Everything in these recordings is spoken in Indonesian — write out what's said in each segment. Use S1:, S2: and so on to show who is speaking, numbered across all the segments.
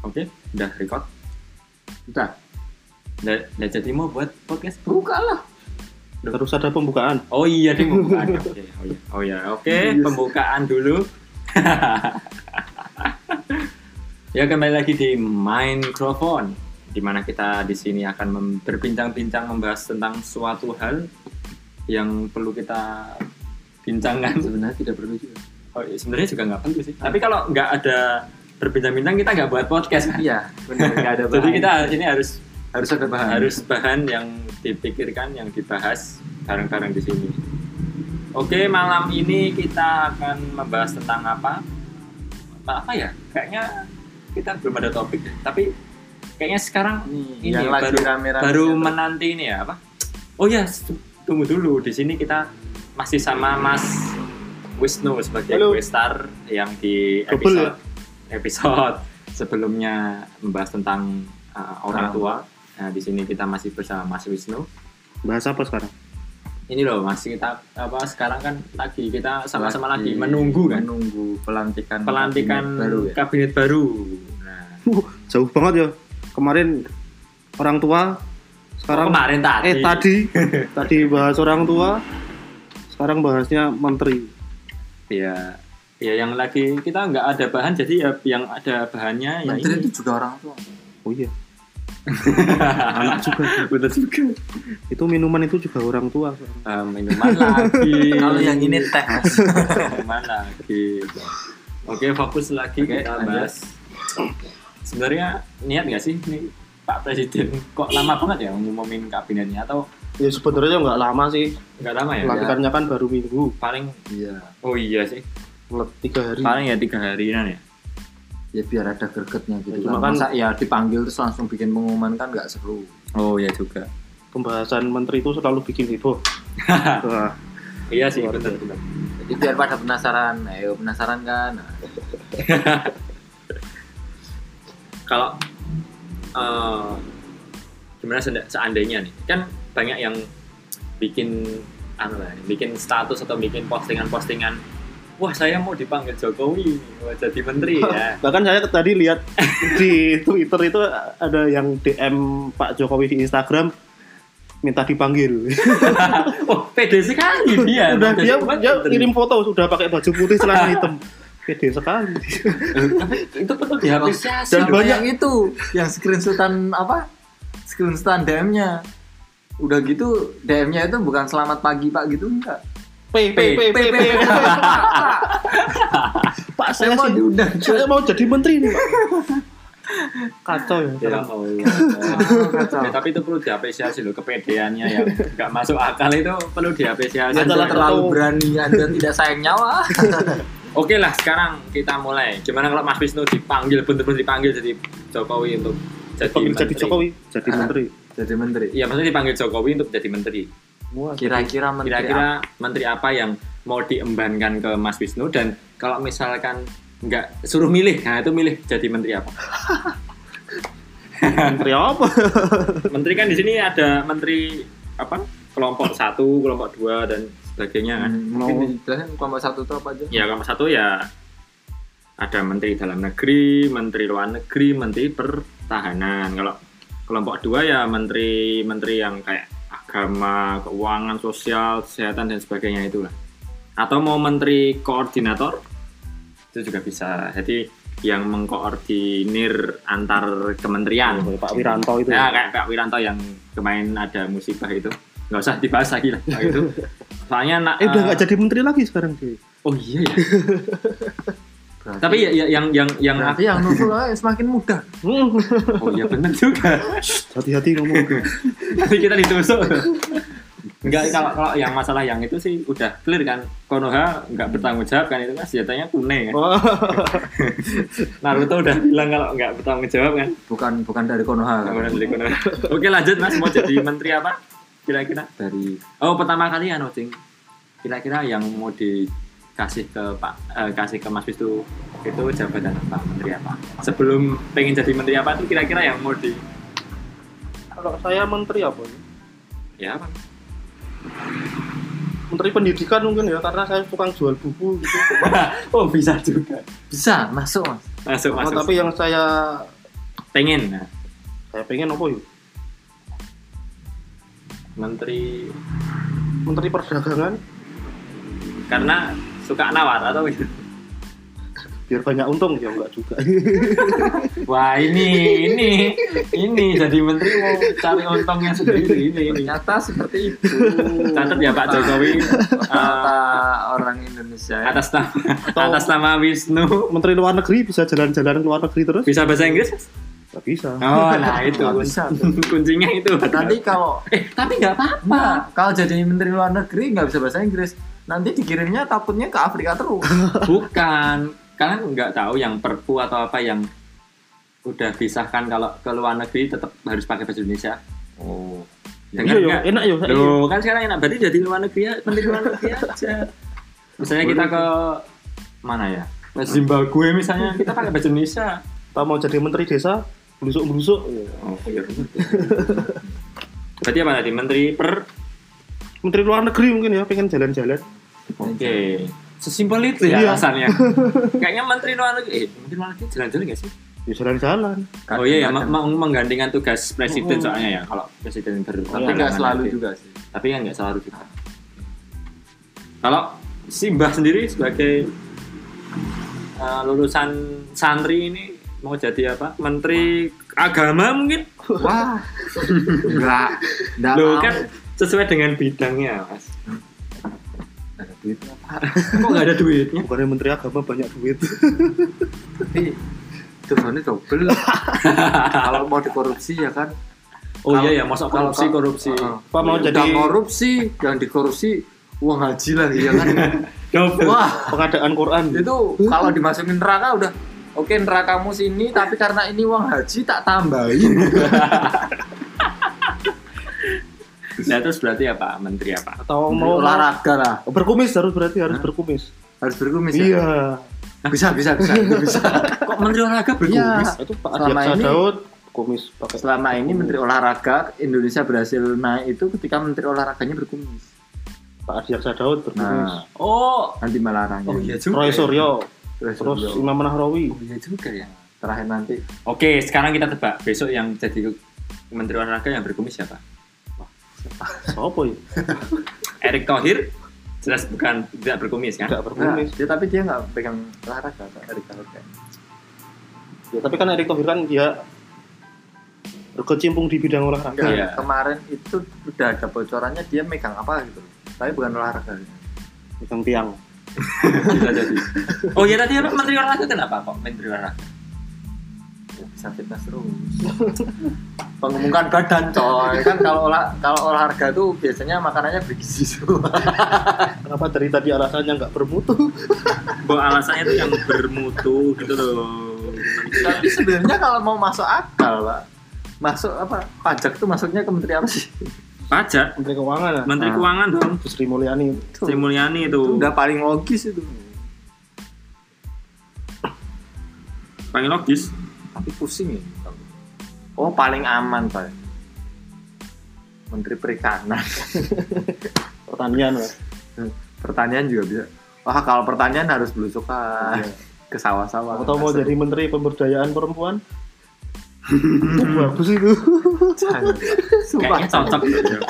S1: Oke, udah record. Udah. Udah, udah jadi mau buat podcast buka lah.
S2: Terus ada pembukaan.
S1: Oh iya, dia mau bukaan. Oke, oh iya, oh iya. Oke,
S2: Yes.
S1: pembukaan dulu. ya kembali lagi di Minecrophone, di mana kita di sini akan mem- berbincang-bincang membahas tentang suatu hal yang perlu kita bincangkan.
S2: Sebenarnya tidak perlu juga.
S1: Oh, iya, sebenarnya juga nggak perlu sih. Tapi kalau nggak ada berbincang-bincang kita nggak buat podcast kan?
S2: Iya, benar nggak ada
S1: Jadi kita hari ini harus
S2: harus ada bahan.
S1: harus bahan yang dipikirkan, yang dibahas bareng-bareng di sini. Oke, malam ini kita akan membahas tentang apa? Apa ya? Kayaknya kita belum ada topik, deh. tapi kayaknya sekarang ini
S2: Hmm, yang lagi
S1: baru-
S2: rame-rame.
S1: baru
S3: gitu.
S1: menanti ini ya apa? Oh ya, s- tunggu dulu. Di sini kita masih sama Mas Wisnu sebagai
S2: Halo.
S1: Questar yang di
S2: Double ya?
S1: episode episode sebelumnya membahas tentang uh, orang
S2: Orang
S1: tua. Nah, di sini kita masih bersama Mas Wisnu.
S2: bahas apa sekarang?
S1: Ini loh, masih kita apa sekarang kan lagi kita sama-sama lagi,
S3: Lagi
S1: menunggu kan
S3: menunggu pelantikan
S1: pelantikan
S3: kabinet baru ya
S1: kabinet baru. Nah,
S2: Wuh, jauh banget ya. Kemarin orang tua, sekarang
S1: kemarin tadi.
S2: eh tadi tadi bahas orang tua, sekarang bahasnya menteri.
S1: Ya, ya yang lagi kita nggak ada bahan jadi ya yang ada bahannya ya
S3: menteri
S1: ini.
S3: itu juga orang tua
S2: Oh iya,
S1: Anak juga. Bener juga.
S2: itu minuman itu juga orang tua.
S1: Eh, minuman lagi.
S3: kalau yang ini teh Mas.
S1: minuman lagi. Oke, fokus lagi
S3: Oke,
S1: kita
S3: lanjut.
S1: bahas. Sebenarnya niat nggak sih nih Pak Presiden kok lama banget ya ngumumin kabinetnya atau
S2: Ya sebenarnya nggak lama sih,
S1: nggak lama ya?
S2: pelantikannya kan baru minggu,
S1: Paling
S3: iya
S1: oh iya sih
S2: let- tiga hari.
S1: paling ya tiga harian ya.
S3: ya biar ada gregetnya gitu
S2: Ya, cuma
S3: kan
S2: kan-
S3: masa ya dipanggil terus langsung bikin pengumuman kan nggak seru
S1: Oh iya juga.
S2: Pembahasan menteri itu selalu bikin heboh. Wah,
S1: Iya sih benar-benar.
S3: jadi biar pada penasaran Nah, ayo penasaran kan Nah,
S1: kalau eh, gimana seanda- seandainya nih kan banyak yang bikin anu lah, bikin status atau bikin postingan-postingan wah saya mau dipanggil Jokowi wah, jadi menteri ya
S2: Bahkan saya tadi lihat di Twitter itu ada yang DM Pak Jokowi di Instagram minta dipanggil.
S1: oh pede sekali dia
S2: Udah
S1: Jadi
S2: dia,
S1: menteri.
S2: dia kirim foto sudah pakai baju putih celana hitam. Pede sekali.
S1: Tapi itu perlu diapresiasi
S2: Dan
S3: Sama
S1: loh.
S2: banyak-
S3: yang itu yang screenshotan apa screenshotan DM-nya udah gitu DM-nya itu bukan selamat pagi pak gitu enggak
S2: P P P P P. Pak
S3: saya
S2: saya
S3: mau
S2: sih
S3: diundang
S2: saya mau jadi menteri nih, Pak. Kacau ya.
S1: Ya
S2: sekarang.
S1: Allah.
S3: kacau.
S1: Ya, tapi itu perlu diapresiasi loh kepedeannya yang nggak masuk akal itu perlu diapresiasi.
S2: Ya,
S3: anda
S2: salah
S3: terlalu
S2: satu.
S3: berani anda tidak sayang nyawa
S1: Oke lah, sekarang kita mulai. Gimana kalau Mas Wisnu dipanggil, bener-bener dipanggil jadi Jokowi untuk jadi
S2: Dipanggil
S1: menteri?
S2: jadi Jokowi, jadi
S3: Ah.
S2: menteri.
S3: jadi menteri
S1: Iya, maksudnya dipanggil Jokowi untuk jadi menteri.
S2: Wah,
S3: kira-kira menteri apa?
S1: Kira-kira menteri apa yang mau diembankan ke Mas Wisnu dan kalau misalkan nggak suruh milih, nah itu milih jadi menteri apa?
S2: menteri apa?
S1: menteri kan di sini ada menteri apa? Kelompok satu, kelompok dua dan sebagainya kan.
S3: Hmm, mungkin dijelasin kelompok satu itu apa aja
S1: Ya kelompok satu ya ada menteri dalam negeri, menteri luar negeri, menteri pertahanan. Kalau kelompok dua ya menteri-menteri yang kayak agama, keuangan, sosial, kesehatan dan sebagainya itulah. Atau mau menteri koordinator itu juga bisa. Jadi yang mengkoordinir antar kementerian.
S2: Oh, Pak Wiranto itu.
S1: Ya kayak Pak Wiranto yang kemarin ada musibah itu. Nggak usah dibahas lagi lah Nah, itu. Soalnya nak-
S2: Eh udah
S1: eh,
S2: nggak jadi menteri lagi sekarang dia.
S1: Oh iya ya.
S3: Berarti-
S1: Tapi ya, ya- yang yang yang
S3: berarti yang nusul aja ya, semakin muda
S2: Hmm,
S1: oh iya benar juga.
S2: Hati-hati ngomong.
S1: Nanti kita ditusuk. Enggak kalau kalau yang masalah yang itu sih udah clear kan. Konoha nggak bertanggung jawab kan itu kan senjatanya kuning. Kan?
S2: Wah.
S1: Naruto udah bilang kalau nggak bertanggung jawab kan.
S3: bukan bukan dari Konoha kan?
S1: Bangunan dari Konoha. Oke lanjut mas mau jadi menteri apa? Kira-kira.
S3: dari
S1: Oh pertama kali ya Nocing. Kira-kira yang mau dikasih ke Pak eh, kasih ke Mas Wisnu itu jabatan apa menteri apa? Sebelum pengen jadi menteri apa tuh kira-kira yang mau di
S2: Kalau saya menteri apa? ya?
S1: ya apa?
S2: Menteri Pendidikan mungkin ya karena saya tukang jual buku gitu.
S1: oh bisa juga
S3: bisa masuk mas
S1: masuk
S2: Nah,
S1: masuk
S2: tapi yang saya
S1: pengen nah,
S2: saya pengen apa ya? yuk
S1: menteri
S2: menteri perdagangan
S1: karena suka nawar atau gitu.
S2: biar banyak untung ya enggak juga
S1: Wah ini ini ini jadi menteri mau cari untungnya sendiri ini. ini.
S3: Ternyata seperti itu.
S1: Catat ya Pak Jokowi eh,
S3: Kata orang Indonesia. ya.
S1: atas nama atas nama Wisnu
S2: menteri luar negeri bisa jalan-jalan ke luar negeri terus
S1: bisa bahasa Inggris?
S2: nggak bisa
S3: Ah.
S1: Oh nah itu
S3: Nggak bisa.
S1: kuncinya itu.
S3: Nanti kalau
S1: eh tapi nggak apa-apa.
S3: Nah, kalau jadi menteri luar negeri nggak bisa bahasa Inggris. Nanti dikirimnya takutnya ke Afrika terus.
S1: Bukan kalian nggak tahu yang perpu atau apa yang udah pisahkan kalau ke luar negeri tetap harus pakai bahasa Indonesia. Oh.
S2: iya
S1: Dengar
S2: yo
S1: nggak?
S2: enak iya. yo saya yo.
S1: Loh, kan sekarang enak berarti jadi luar negeri ya, menteri luar negeri aja. Misalnya kita ke mana ya? Ke Zimbabwe misalnya, kita pakai bahasa Indonesia.
S2: kita mau jadi menteri desa Ya. belusuk belusuk
S1: Oh, iya. Berarti apa tadi? Menteri per
S2: menteri luar negeri mungkin ya pengen jalan-jalan
S1: Oke. Sesimpel itu ya
S2: Iya.
S1: alasannya. Kayaknya menteri luar negeri, eh, menteri luar negeri jalan-jalan nggak sih?
S2: ya jalan-jalan
S1: Oh iya ya, ma-
S3: Kadang-kadang.
S1: ma- menggantikan tugas presiden
S2: Mm-mm.
S1: soalnya ya, kalau presiden ber
S3: tapi Iya, nggak
S1: berhalangan
S3: selalu
S1: nanti.
S3: juga sih.
S1: Tapi kan nggak selalu juga. Kalau Simbah sendiri sebagai eh, lulusan santri ini mau jadi apa? Menteri agama mungkin?
S3: Wah, nggak, nggak
S1: Loh
S3: mau.
S1: kan sesuai dengan bidangnya, Mas.
S3: Nggak ada duitnya, Pak.
S1: Kok nggak ada duitnya?
S2: bukannya menteri agama banyak duit
S3: Tapi cobaannya double. kalau mau dikorupsi ya kan.
S1: Oh
S3: Kalau-
S1: iya ya, masuk
S3: kalau-
S1: korupsi korupsi.
S3: Oh, oh.
S2: Pak, mau
S3: Udah
S2: jadi-
S3: korupsi, yang dikorupsi uang haji lagi ya kan.
S1: Double.
S3: Wah,
S2: pengadaan Quran
S3: itu kalau dimasukin neraka udah Oke nerakamu sini, tapi karena ini uang haji tak tambahin.
S1: Nah, terus berarti apa? Menteri apa?
S2: atau mau
S3: Mau olahraga lah,
S2: berkumis harus berarti harus berkumis
S3: harus berkumis ya.
S2: iya
S3: Bisa, bisa, bisa, itu bisa.
S1: Kok menteri olahraga
S3: Iya.
S1: berkumis?
S2: itu Pak
S3: Selama
S2: Adiaksa
S3: ini-
S2: Daud kumis pakai
S3: Selama ini Menteri Olahraga Indonesia berhasil naik itu ketika Menteri Olahraganya berkumis.
S2: Pak Adiaksa Daud berkumis
S3: Nah,
S1: Oh.
S3: nanti malarangnya.
S1: Oh iya juga.
S2: Roy
S1: ya.
S2: Suryo
S3: Terus,
S2: terus
S3: beliau,
S2: Imam Nahrawi
S3: oh iya juga ya. Terakhir nanti
S1: Oke, sekarang kita tebak besok yang jadi menteri olahraga yang berkumis siapa?
S2: siapa ya
S1: Erick Thohir jelas bukan tidak berkumis kan?
S2: tidak
S3: Nah,
S2: berkumis
S3: dia, tapi dia nggak pegang olahraga Pak Erick Thohir kan.
S2: ya tapi kan Erick Thohir kan dia berkecimpung di bidang olahraga
S3: Nggak,
S1: Iya.
S3: Kemarin itu udah ada bocorannya dia megang apa gitu. Tapi bukan olahraga. Iya.
S2: bidang tiang
S1: Bisa jadi. Oh iya tadi apa menteri olahraga kenapa kok menteri olahraga?
S3: Ya, bisa fitness terus. Pengumuman badan coy. Kan kalau olah kalau olahraga tuh biasanya makanannya bergizi semua.
S2: kenapa dari tadi alasannya nggak bermutu
S1: Bahwa alasannya itu yang bermutu gitu loh.
S3: Tapi sebenarnya kalau mau masuk akal, Pak. Masuk apa? Pajak tuh masuknya ke menteri apa sih?
S1: Pajak,
S2: menteri keuangan ya
S1: menteri
S3: Ah.
S1: keuangan dong.
S2: Bu Sri Mulyani
S1: Sri Mulyani itu.
S3: Itu udah paling logis itu.
S1: Paling logis.
S3: Tapi pusing ya. Oh, paling aman, Pak. Menteri Perikanan.
S2: pertanian ya
S3: Pertanian juga bisa. Wah, kalau pertanian harus belusukan ke sawah-sawah.
S2: Iya. atau mau jadi menteri pemberdayaan perempuan itu bagus itu
S1: Kayaknya
S3: Sumpah.
S1: cocok. gitu.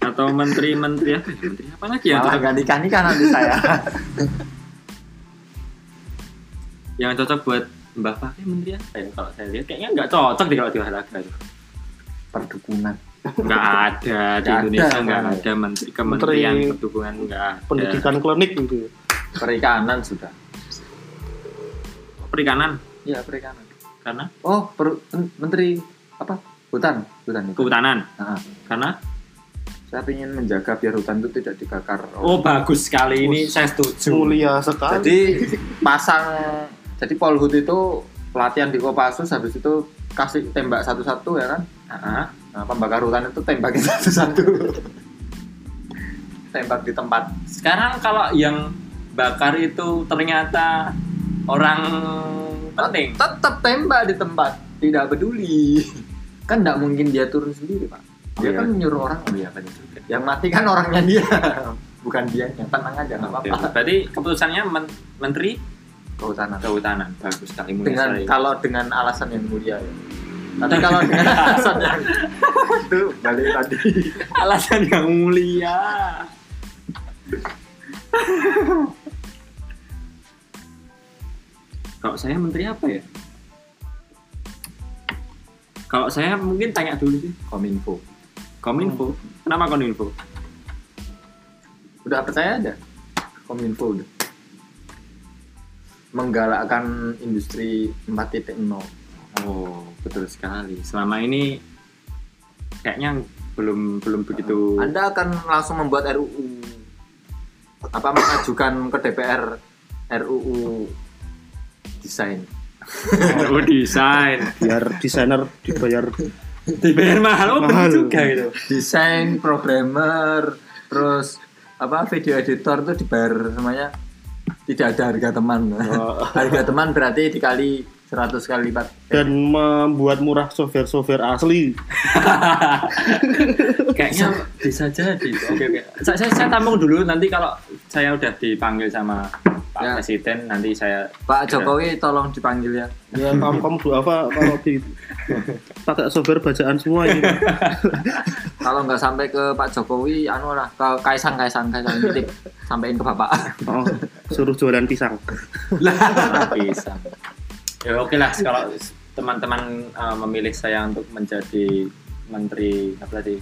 S1: Atau menteri-menteri apa? ya? Menteri apa lagi yang
S3: Malah
S1: cocok?
S3: gak nikah-nikah nanti saya.
S1: yang cocok buat Mbah Fakih menteri apa ya kalau saya lihat kayaknya nggak cocok deh kalau di olahraga itu
S3: Perdukunan.
S1: nggak ada di
S3: Nggak ada,
S1: Indonesia nggak
S3: Pak.
S1: ada menteri kementerian
S2: Menteri
S1: perhubungan nggak ada
S2: pendidikan
S3: Iya.
S2: klinik gitu ya.
S3: Perikanan sudah.
S1: perikanan
S3: Iya, perikanan.
S1: karena
S3: Oh, per- men- menteri apa? Hutan, hutan itu.
S1: kehutanan
S3: Nah,
S1: karena
S3: saya ingin menjaga biar hutan itu tidak dibakar.
S1: oh bagus sekali ini
S2: Us.
S1: saya setuju
S2: mulia sekali
S3: Jadi pasang, jadi Polhut itu pelatihan di Kopassus habis itu kasih tembak satu-satu ya kan?
S1: Heeh.
S3: Nah, pembakar hutan itu tembakin satu-satu. Tembak di tempat.
S1: sekarang kalau yang bakar itu ternyata orang penting
S3: Tetap tembak di tempat, tidak peduli. Kan tidak mungkin dia turun sendiri pak. Dia
S1: Iya.
S3: kan menyuruh orang.
S1: oh iya benar juga
S3: Yang mati kan orangnya dia, bukan dia. Tenang aja, nggak
S1: Oke,
S3: apa-apa.
S1: berarti keputusannya men- menteri
S3: kehutanan
S1: kehutanan bagus tak
S3: dengan
S1: imunisasi
S3: kalau dengan alasan yang mulia ya tapi kalau dengan alasan yang itu balik tadi
S1: alasan yang mulia kalau saya menteri apa ya kalau saya mungkin tanya dulu sih
S3: kominfo
S1: kominfo kenapa kominfo
S3: udah percaya aja kominfo udah menggalakkan industri 4.0
S1: oh betul sekali selama ini kayaknya belum belum begitu
S3: Anda akan langsung membuat RUU apa mengajukan ke DPR RUU desain
S1: Oh, desain
S2: biar desainer dibayar
S1: dibayar mahal oh, bener
S2: Mahal.
S1: juga gitu
S3: desain programmer terus apa video editor itu dibayar semuanya tidak ada harga teman harga teman berarti dikali 100 kali lipat
S2: dan membuat murah software-software asli.
S1: kayaknya bisa jadi oke oke saya, saya, saya tampung dulu nanti kalau saya udah dipanggil sama Pak
S3: Ya.
S1: Presiden nanti saya
S3: Pak Jokowi tolong dipanggil ya
S2: Ya kamu kamu buat apa kalau di pakai software bajaan semua ini?
S3: kalau nggak sampai ke Pak Jokowi anu lah ke Kaisang Kaisang Kaisang nitip sampein ke bapak
S2: Oh, suruh jualan pisang.
S1: bisa ya oke lah kalau teman-teman eh, memilih saya untuk menjadi menteri apa tadi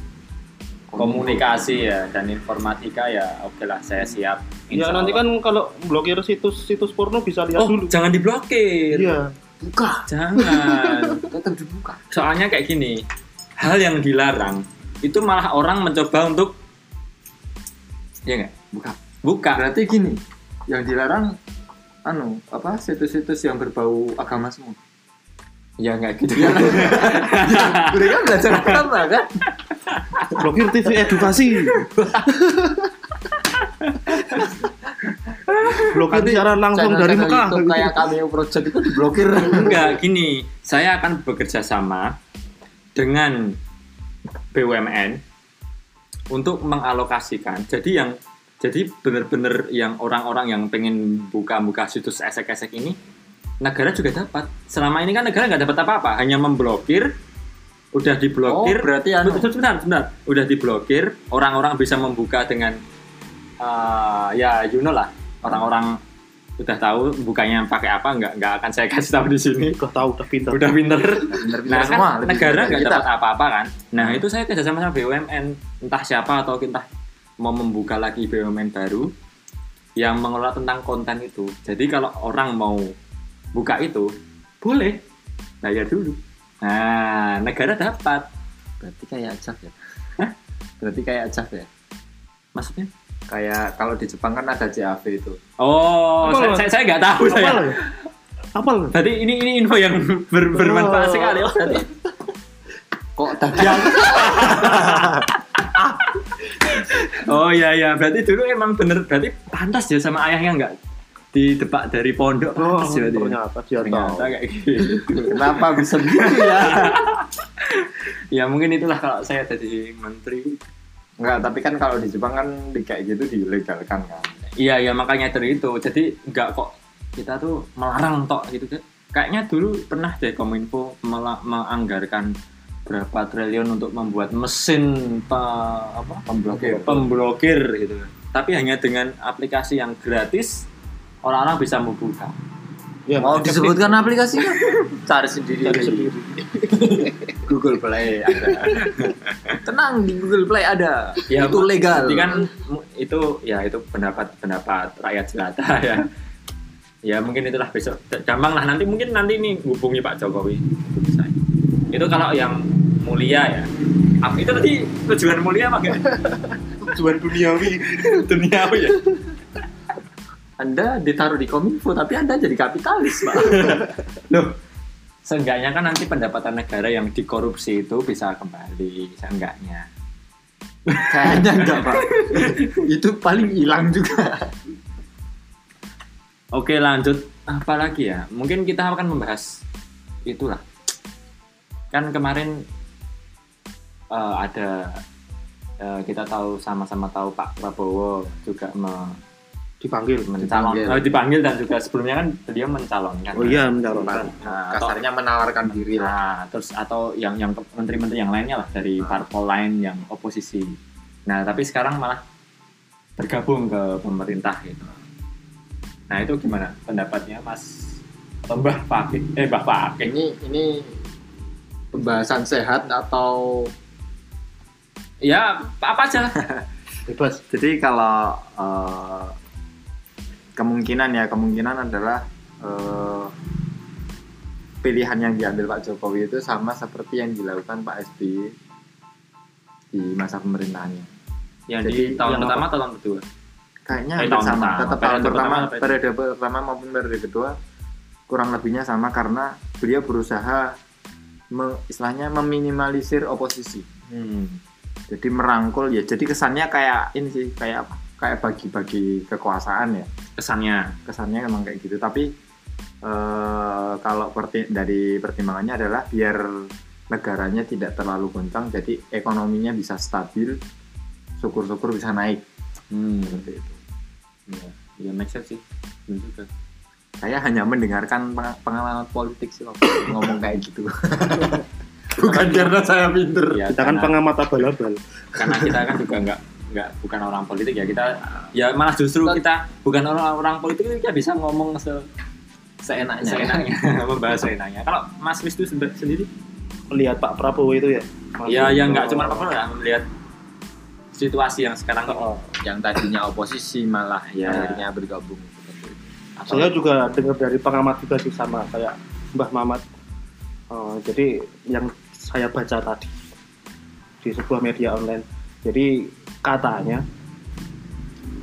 S1: komunikasi ya dan informatika ya oke lah saya siap
S2: Ya
S1: Insya
S2: nanti
S1: Allah.
S2: kan kalau blokir situs-situs porno bisa lihat
S1: oh
S2: dulu.
S1: jangan diblokir
S2: Iya.
S3: buka
S1: jangan
S3: tetap dibuka
S1: soalnya kayak gini hal yang dilarang itu malah orang mencoba untuk ya nggak
S3: buka
S1: buka
S3: Berarti gini, yang dilarang anu apa situs-situs yang berbau agama semua.
S1: ya nggak gitu
S3: Mereka belajar agama kan?
S2: Blokir TV edukasi. blokir secara langsung dari
S3: Channel-channel
S2: Mekah.
S3: YouTube kayak Cameo Project itu diblokir.
S1: enggak gini saya akan bekerja sama dengan BUMN untuk mengalokasikan jadi yang jadi bener-bener yang orang-orang yang pengen buka-buka situs esek-esek ini negara juga dapat selama ini kan negara nggak dapat apa-apa hanya memblokir udah
S3: Oh,
S1: diblokir
S3: berarti anu
S1: Sebentar, sebentar, sebentar. Udah diblokir, orang-orang bisa membuka dengan eh, ya you know lah, orang-orang udah tahu bukanya pakai apa nggak nggak akan saya kasih tahu di sini.
S2: Udah tahu, udah pintar.
S1: Udah pinter.
S3: bener-bener
S1: Nah
S3: semua
S1: kan
S3: lebih
S1: negara
S3: pintar
S1: nggak
S3: kita.
S1: dapat apa-apa kan. Nah itu saya kerja sama sama BUMN entah siapa atau entah mau membuka lagi BUMN baru yang mengelola tentang konten itu. Jadi kalau orang mau buka itu boleh bayar dulu. Nah negara dapat
S3: Berarti kayak ajak ya. Berarti kayak ajak ya.
S1: maksudnya
S3: Kayak kalau di Jepang kan ada JAV itu.
S1: Oh,
S2: Apa
S1: saya-
S2: lo?
S1: saya saya nggak tahu
S2: Apa
S1: saya.
S2: lo? Apa lo?
S1: Berarti ini ini info yang ber- bermanfaat
S2: Oh.
S1: sekali. Oh, berarti.
S3: Kok dagang?
S1: Oh iya iya, berarti dulu emang bener berarti pantas ya sama ayahnya nggak didebak dari pondok
S2: Oh,
S1: pantas ya berarti.
S2: ternyata dia tahu.
S1: Ternyata kayak gitu.
S3: Kenapa bisa gitu ya?
S1: ya mungkin itulah kalau saya jadi menteri.
S3: Enggak, tapi kan kalau di Jepang kan di- kayak gitu dilegalkan kan.
S1: Iya iya makanya dari itu. Jadi nggak kok kita tuh melarang tok gitu kan. Kayaknya dulu pernah deh Kominfo mela- menganggarkan berapa triliun untuk membuat mesin pe- apa
S3: Pemblokir.
S1: pemblokir gitu kan. Tapi hanya dengan aplikasi yang gratis orang-orang bisa membuka.
S2: Ya,
S3: Mau disebutkan aplikasinya? Cari sendiri.
S2: dari sendiri.
S3: Google Play ada. Tenang di Google Play ada. itu
S1: Mak,
S3: legal.
S1: Jadi kan mu- itu ya itu pendapat-pendapat rakyat jelata ya. Ya mungkin itulah besok. D- Gampang lah nanti mungkin nanti ini hubungi Pak Jokowi. Hubungi saya. Itu kalau yang mulia ya. Apa itu tadi tujuan mulia apa enggak?
S2: Tujuan duniawi.
S1: Duniawi ya.
S3: Anda ditaruh di Kominfo tapi Anda jadi kapitalis, Pak.
S1: Loh, seenggaknya kan nanti pendapatan negara yang dikorupsi itu bisa kembali seenggaknya.
S3: Kayaknya enggak, Pak. itu paling hilang juga.
S1: Oke lanjut apa lagi ya? Mungkin kita akan membahas itulah. Kan kemarin eh, ada eh, kita tahu sama-sama tahu Pak Prabowo juga me-
S2: dipanggil.
S1: mencalon
S4: Dipanggil.
S3: Iya.
S1: eh, dipanggil dan juga sebelumnya kan beliau mencalonkan
S2: Oh iya, mencalonkan.
S1: Nah, atau-
S4: kasarnya menawarkan diri lah
S1: Nah, terus atau yang yang ke- menteri-menteri yang lainnya lah dari parpol lain yang oposisi. Nah, tapi sekarang malah bergabung ke pemerintah gitu. Nah, itu gimana pendapatnya Mas atau Mbah Fakih? Eh, Mbah Fakih.
S4: ini ini pembahasan sehat atau
S1: Ya, apa aja.
S2: Bebas.
S3: Jadi kalau eh, kemungkinan ya kemungkinan adalah eh, pilihan yang diambil Pak Jokowi itu sama seperti yang dilakukan Pak SBY di masa pemerintahannya.
S1: Yang
S3: Jadi,
S1: di tahun
S3: yang
S1: pertama atau tahun kedua?
S3: Kayaknya
S1: Eh,
S3: hampir
S1: tahun
S3: sama.
S1: pertama.
S3: Tetap
S1: Periode
S3: tahun pertama,
S1: pertama, periode-
S3: periode pertama maupun periode kedua kurang lebihnya sama karena beliau berusaha me- istilahnya meminimalisir oposisi.
S1: Hmm.
S3: jadi merangkul ya jadi kesannya kayak ini sih kayak apa kayak bagi-bagi kekuasaan ya
S1: Kesannya.
S3: kesannya emang kayak gitu tapi eh, kalau perti- dari pertimbangannya adalah biar negaranya tidak terlalu goncang jadi ekonominya bisa stabil syukur-syukur bisa naik
S1: Hmm.
S3: seperti itu
S1: Ya, ya make sense sih. Bener juga.
S3: saya hanya mendengarkan peng- pengalaman politik sih waktu ngomong kayak gitu
S4: bukan karena saya pinter
S1: Ya,
S2: Kita kan
S1: karena-
S2: pengamat abal-abal.
S1: karena kita kan juga nggak nggak bukan orang politik ya kita ya malah justru
S4: Kita-
S1: kita bukan orang orang politik itu kita bisa ngomong se
S4: seenaknya
S1: seenaknya membahas seenaknya kalau Mas Wisnu send- sendiri
S2: Lihat Pak Prabowo itu ya.
S1: ya ya
S2: yang
S1: nggak cuma apa ya melihat situasi yang sekarang ini
S2: Oh.
S4: yang tadinya oposisi malah
S1: Ya.
S4: akhirnya bergabung seperti itu.
S1: Atau-
S2: saya juga dengar dari pengamat juga sih sama kayak Mbah Mamat Eh, jadi yang saya baca tadi di sebuah media online jadi katanya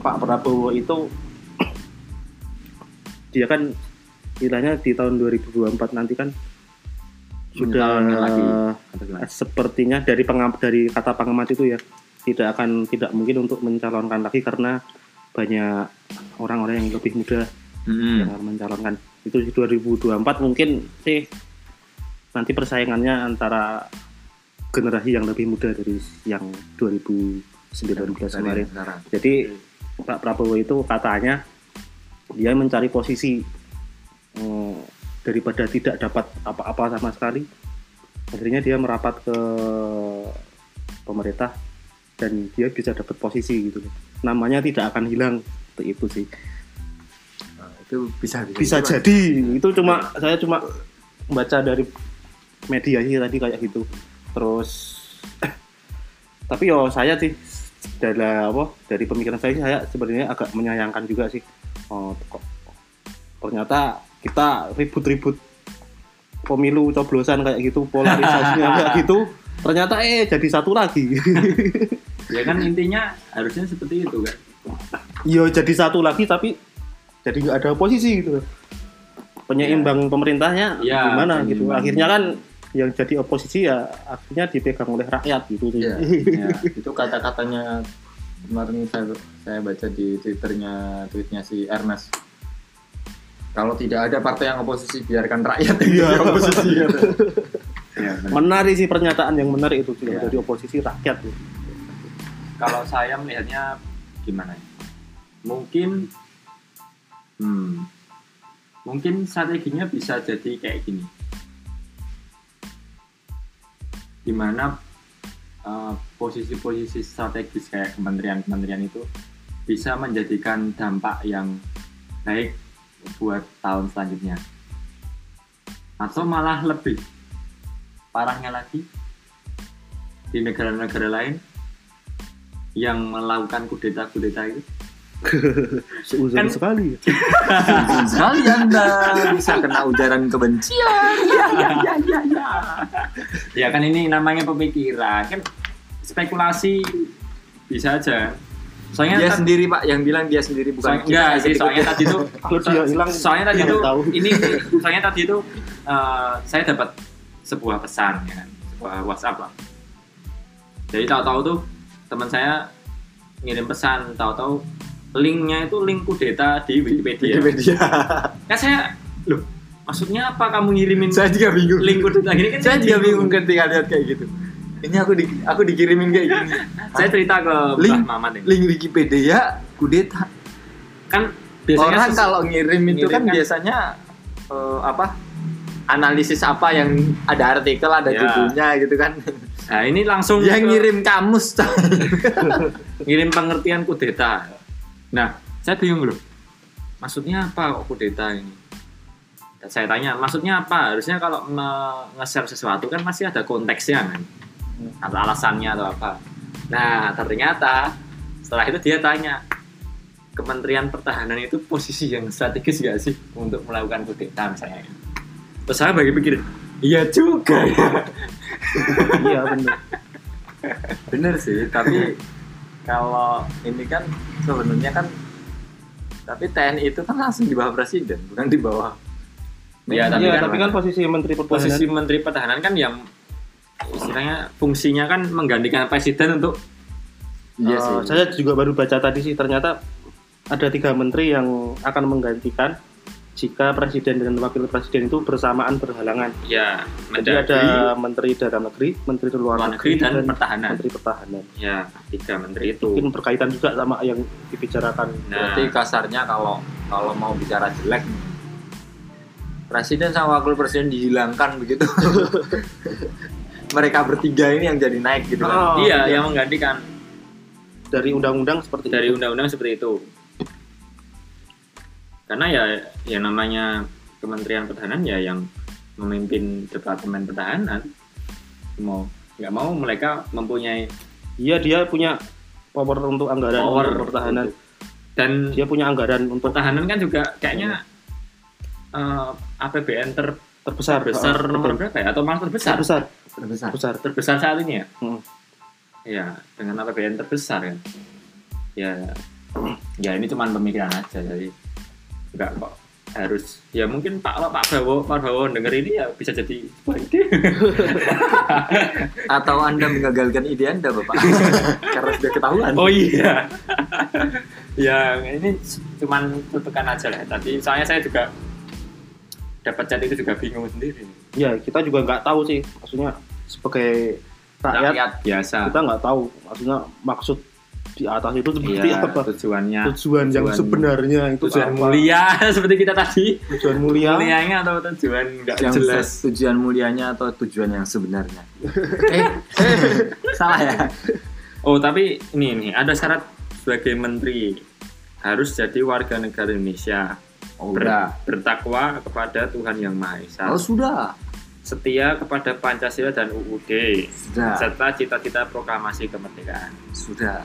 S2: Pak Prabowo itu dia kan kiranya di tahun 2024 nanti kan sudah eh,
S1: Menyalonkan lagi. atau gimana?
S2: sepertinya dari pengam, dari kata pengamat itu ya tidak akan tidak mungkin untuk mencalonkan lagi karena banyak orang-orang yang lebih muda
S3: Hmm.
S2: yang akan mencalonkan itu di 2024 mungkin sih nanti persaingannya antara generasi yang lebih muda dari yang 2019
S3: Dari
S2: kemarin.
S3: sekarang
S2: Jadi Pak Prabowo itu katanya dia mencari posisi eh, daripada tidak dapat apa-apa sama sekali. Akhirnya dia merapat ke pemerintah dan dia bisa dapat posisi gitu. Namanya tidak akan hilang seperti itu sih
S3: Nah, itu bisa
S2: bisa
S3: juga.
S2: jadi itu cuma saya cuma baca dari media sih tadi kayak gitu terus eh, tapi yo saya sih dari apa dari pemikiran saya sih, saya sebenarnya agak menyayangkan juga sih oh, kok ternyata kita ribut-ribut pemilu coblosan kayak gitu polarisasinya kayak gitu ternyata eh jadi satu lagi
S1: ya kan intinya harusnya seperti itu kan
S2: Iya jadi satu lagi tapi jadi nggak ada oposisi gitu. loh. Penyeimbang pemerintahnya
S1: Iya,
S2: gimana gitu.
S1: penyeimbang.
S2: Akhirnya kan yang jadi oposisi ya akhirnya dipegang oleh rakyat gitu. sih.
S3: Iya.
S1: ya.
S3: itu kata-katanya kemarin saya saya baca di twitternya tweetnya si Ernest kalau tidak ada partai yang oposisi biarkan rakyat yang
S2: Iya.
S3: jadi oposisi Iya,
S1: Ya, benar.
S2: Menarik sih pernyataan yang menarik itu sih,
S1: Iya.
S2: dari oposisi rakyat. Gitu.
S1: kalau saya melihatnya gimana ya? Mungkin hmm, mungkin strateginya bisa jadi kayak gini. Dimana eh, posisi-posisi strategis kayak kementerian-kementerian itu bisa menjadikan dampak yang baik buat tahun selanjutnya. Atau malah lebih parahnya lagi di negara-negara lain yang melakukan kudeta-kudeta itu
S2: Seuzon
S1: Kan-
S2: sekali.
S3: Nah, sekali anda bisa kena ujaran kebencian
S1: ya kan ini namanya pemikiran kan spekulasi bisa aja soalnya
S3: dia
S1: kan-
S3: Iya sendiri pak yang bilang dia sendiri bukan gitu. Iya,
S1: soalnya, enggak sih soalnya tadi itu
S2: Kalau dia hilang,
S1: soalnya tadi
S2: nggak
S1: itu
S2: tahu.
S1: ini soalnya tadi itu eh, saya dapat sebuah pesan ya kan sebuah WhatsApp lah jadi tahu-tahu tuh teman saya ngirim pesan tahu-tahu linknya itu link kudeta di Wikipedia.
S3: media
S1: Kan saya loh maksudnya apa kamu ngirimin
S3: saya juga bingung
S1: link kudeta gini kan
S3: saya juga bingung ketika lihat kayak gitu ini aku di, aku
S1: Iya.
S3: dikirimin kayak gini
S1: saya cerita ke
S3: Link.
S1: Mbah Mamat ini
S3: link Wikipedia kudeta
S1: kan biasanya
S3: orang
S1: sesu-
S3: kalau ngirim itu
S1: ngirim
S3: kan,
S1: kan-
S3: biasanya eh, apa analisis apa yang ada artikel ada
S1: Ya.
S3: judulnya gitu kan
S1: nah ini langsung
S3: dia
S1: ke-
S3: ngirim kamus coy.
S1: ngirim pengertian kudeta. Nah, saya bingung loh. Maksudnya apa kok kudeta ini? Dan Saya tanya, maksudnya apa? Harusnya kalau me- nge-share sesuatu kan masih ada konteksnya kan? Atau alasannya atau apa. Nah, ternyata setelah itu dia tanya, Kementerian Pertahanan itu posisi yang strategis gak sih untuk melakukan kudeta misalnya? Terus saya bagi pikir, iya juga ya.
S2: iya benar
S3: bener sih tapi kalau ini kan sebenarnya kan tapi TNI itu kan langsung di bawah presiden bukan di bawah
S1: Iya, tapi
S2: iya
S1: kan-
S2: tapi kan posisi menteri
S1: posisi
S2: pertahanan
S1: menteri pertahanan kan yang istilahnya fungsinya kan menggantikan presiden untuk
S3: iya
S2: Eh,
S3: sih
S2: saya juga baru baca tadi sih ternyata ada tiga menteri yang akan menggantikan jika presiden dan wakil presiden itu bersamaan berhalangan
S1: ya
S2: Jadi ada Menteri Dalam Negeri, Menteri Luar
S1: luar negeri
S2: Negeri,
S1: dan
S2: dan
S1: pertahanan
S2: Menteri Pertahanan.
S1: ya tiga menteri itu
S2: Mungkin berkaitan juga sama yang dibicarakan.
S1: nah
S4: Berarti kasarnya kalau kalau mau bicara jelek
S3: presiden sama wakil presiden dihilangkan begitu mereka bertiga ini yang jadi naik gitu kan
S2: Oh,
S1: iya yang menggantikan
S2: dari undang-undang seperti
S1: dari
S2: itu.
S1: undang-undang seperti itu karena ya ya namanya kementerian pertahanan ya yang memimpin departemen pertahanan mau nggak mau mereka mempunyai
S2: Iya dia punya power untuk anggaran
S1: power
S2: untuk pertahanan.
S1: dan
S2: Dia punya anggaran untuk
S1: pertahanan kan juga kayaknya
S2: Iya.
S1: eh, APBN ter-
S2: terbesar.
S1: terbesar
S2: Oh,
S1: nomor
S2: terbesar.
S1: berapa ya? Atau malah terbesar?
S2: terbesar.
S3: terbesar
S2: Terbesar.
S1: Terbesar saat ini ya?
S2: Hmm.
S1: Ya, dengan APBN terbesar ya. Ya, ya ini cuman pemikiran aja jadi nggak kok harus ya mungkin Pak kalau Pak Prabowo Pak Prabowo denger ini ya bisa jadi wah ide
S3: atau anda menggagalkan ide anda bapak karena sudah ketahuan
S1: oh iya ya ini cuman tutukan aja lah tadi soalnya saya juga dapat chat itu juga bingung sendiri
S2: Ya kita juga nggak tahu sih. Maksudnya sebagai rakyat,
S1: Iya. biasa
S2: kita nggak tahu. Maksudnya maksud di atas itu seperti
S1: Iya,
S2: apa?
S1: tujuannya
S2: Tujuan, yang
S1: tujuan-
S2: sebenarnya itu
S1: tujuan
S2: apa?
S1: mulia seperti kita tadi
S2: Tujuan mulia.
S1: mulianya atau tujuan nggak
S3: yang
S1: jelas
S3: se- tujuan mulianya atau tujuan yang sebenarnya eh, salah ya
S1: oh tapi ini nih ada syarat sebagai menteri harus jadi warga negara Indonesia
S3: oh,
S1: Ber-
S3: udah
S1: bertakwa kepada Tuhan yang Maha Esa
S3: oh sudah
S1: setia kepada Pancasila dan UUD
S3: sudah
S1: serta cita-cita proklamasi kemerdekaan
S3: sudah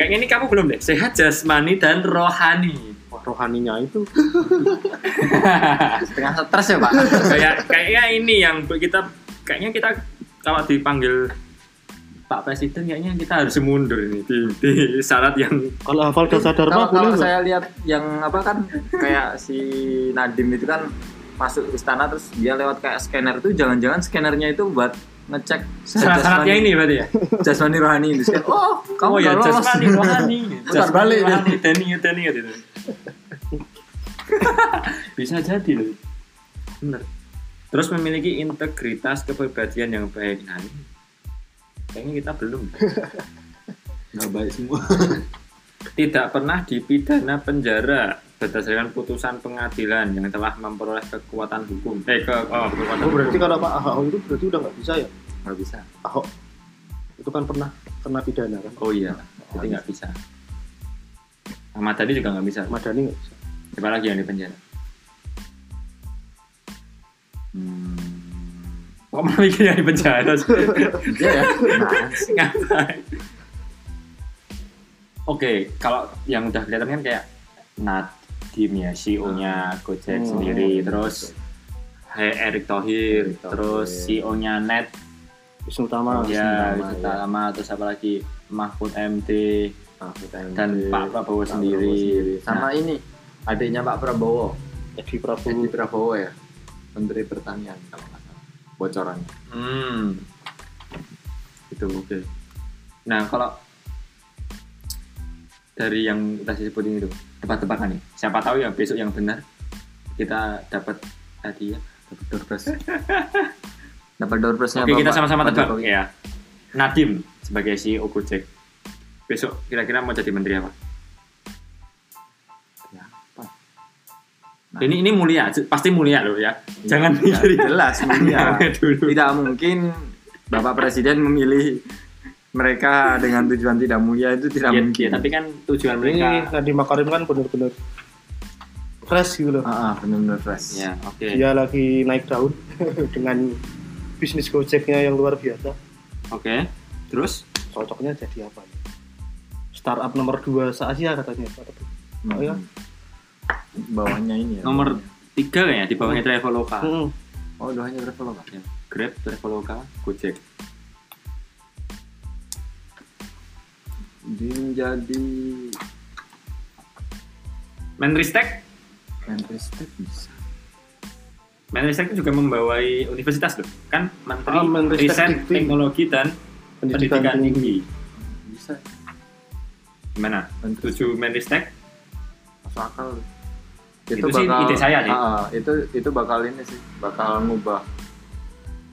S1: kayaknya ini kamu belum deh sehat jasmani dan rohani
S2: Wah, rohaninya itu
S3: setengah stres ya pak
S1: kayak kayaknya ini yang kita kayaknya kita kalau dipanggil Pak Presiden kayaknya kita harus mundur ini di, di syarat yang
S2: kalau hafal dasar
S3: kalau
S2: dharma
S3: kalau
S2: boleh nggak?
S3: saya lihat yang apa kan kayak si Nadim itu kan masuk istana terus dia lewat kayak scanner itu jangan-jangan scannernya itu buat ngecek
S1: syarat-syaratnya ini berarti ya.
S3: jasmani rohani di scan oh kamu
S1: oh ya
S3: nggak lolos
S1: jasmani rohani,
S3: Putar
S1: jasmani
S3: balik.
S1: rohani, Denny Denny gitu. Bisa jadi loh. Bener. Terus memiliki integritas kepribadian yang baik. Nah, ini kayaknya kita belum.
S3: nggak baik semua
S1: tidak pernah dipidana penjara berdasarkan putusan pengadilan yang telah memperoleh kekuatan hukum eh ke oh, kekuatan
S2: Oh, berarti
S1: hukum.
S2: kalau Pak Ahok itu berarti udah nggak bisa ya?
S3: nggak bisa
S2: Ahok itu kan pernah kena pidana kan?
S1: oh iya jadi nggak bisa Ahmad tadi juga nggak bisa
S2: Madani nggak bisa.
S1: siapa lagi yang di penjara Hmm. kok malah mikir yang di penjara sih?
S3: iya ya nah,
S1: Ngapain? oke kalau yang udah kelihatan kan kayak Nadim ya CEO nya Gojek
S2: Hmm.
S1: sendiri terus Hey, Erick Thohir,
S3: Erick Thohir.
S1: terus CEO nya Net
S2: Wisnu Tama.
S1: ya
S3: Nama,
S1: Wisnu
S3: ya.
S1: Tama terus apa lagi Mahfud MD
S3: Mahfud MD,
S1: dan Pak Prabowo
S3: Pak
S1: sendiri.
S3: sama ini adiknya Pak Prabowo
S2: Edi
S3: Edi
S1: Oh.
S2: Prabowo.
S3: Prabowo ya Menteri Pertanian kalau nggak salah bocorannya
S1: Hmm. Itu oke. Nah, kalau dari yang kita sebutin itu, tebak-tebakan nih. Siapa tahu ya besok yang benar kita dapat hadiah.
S3: dapat doorpress dapat doorpressnya
S1: Oke, kita
S3: Bapak-
S1: sama-sama
S3: Pak
S1: tebak
S3: Jokowi.
S1: ya. E Nadim sebagai CEO Gojek. Besok kira-kira mau jadi menteri apa? Nah, ini ini mulia pasti mulia loh ya jangan
S3: Ya,
S1: mikir
S3: jelas mulia.
S1: Aneh dulu
S3: tidak mungkin Bapak Presiden memilih mereka dengan tujuan tidak mulia itu tidak
S1: Ya,
S3: mungkin.
S1: ya, tapi kan tujuan
S2: ini
S1: mereka
S2: tadi makarim kan bener-bener fresh gitu loh
S3: Ah, ah, benar-benar fresh.
S1: ya oke
S2: dia lagi naik daun dengan bisnis gojeknya yang luar biasa
S1: oke terus
S2: cocoknya jadi apa nih? startup nomor 2 se Asia katanya
S3: Hmm.
S2: Oh, iya.
S3: Bawahnya ini ya.
S1: Nomor- tiga kayaknya di bawahnya Traveloka
S2: Heeh.
S3: bawahnya. Oh, bawahnya berapa loh, Pak?
S1: Grab Traveloka Gojek
S3: Dia menjadi
S1: Menristek
S3: Menristek bisa.
S1: Menristek itu juga membawai universitas loh kan Menteri
S2: Ah, Menristek
S1: Riset
S2: Dikti.
S1: Teknologi dan
S2: pendidikan,
S1: Pendidikan
S2: tinggi.
S1: Tinggi
S3: Bisa.
S1: gimana
S3: Menristek
S1: tujuh Menristek
S3: masuk akal.
S1: Itu sih ide saya sih.
S3: Ah, ah, itu itu bakal ini sih, bakal ngubah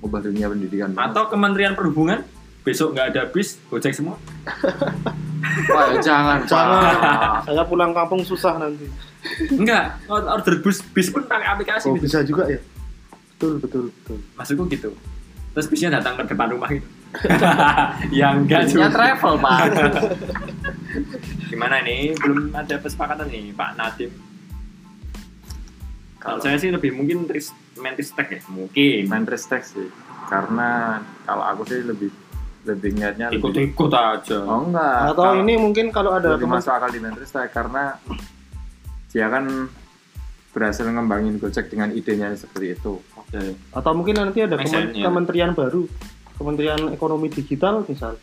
S3: ngubah dunia pendidikan. banget.
S1: atau Kementerian Perhubungan besok nggak ada bis Gojek semua
S3: Wah, ya jangan,
S2: Jangan.
S3: Pak.
S2: saya pulang kampung susah nanti
S1: enggak order bus bis pun pakai aplikasi
S2: oh,
S1: gitu.
S2: bisa juga ya betul betul betul
S1: maksudku gitu terus bisnya datang ke depan rumah gitu ya enggak
S3: Dunia
S1: juga.
S3: travel, Pak.
S1: gimana nih belum ada kesepakatan nih Pak Nadim kalau saya sih lebih mungkin tris, mentistek ya mungkin
S3: main Respect sih karena kalau aku sih lebih lebih niatnya lebih
S1: ikut-ikut aja
S3: oh enggak
S2: atau ini mungkin kalau ada
S3: lebih
S2: teman
S3: masuk akal di main Respect karena dia kan berhasil ngembangin Gojek dengan idenya seperti itu
S1: oke
S2: atau mungkin nanti ada
S1: Make
S2: kemen-
S1: sense, ya.
S2: kementerian baru kementerian ekonomi digital misal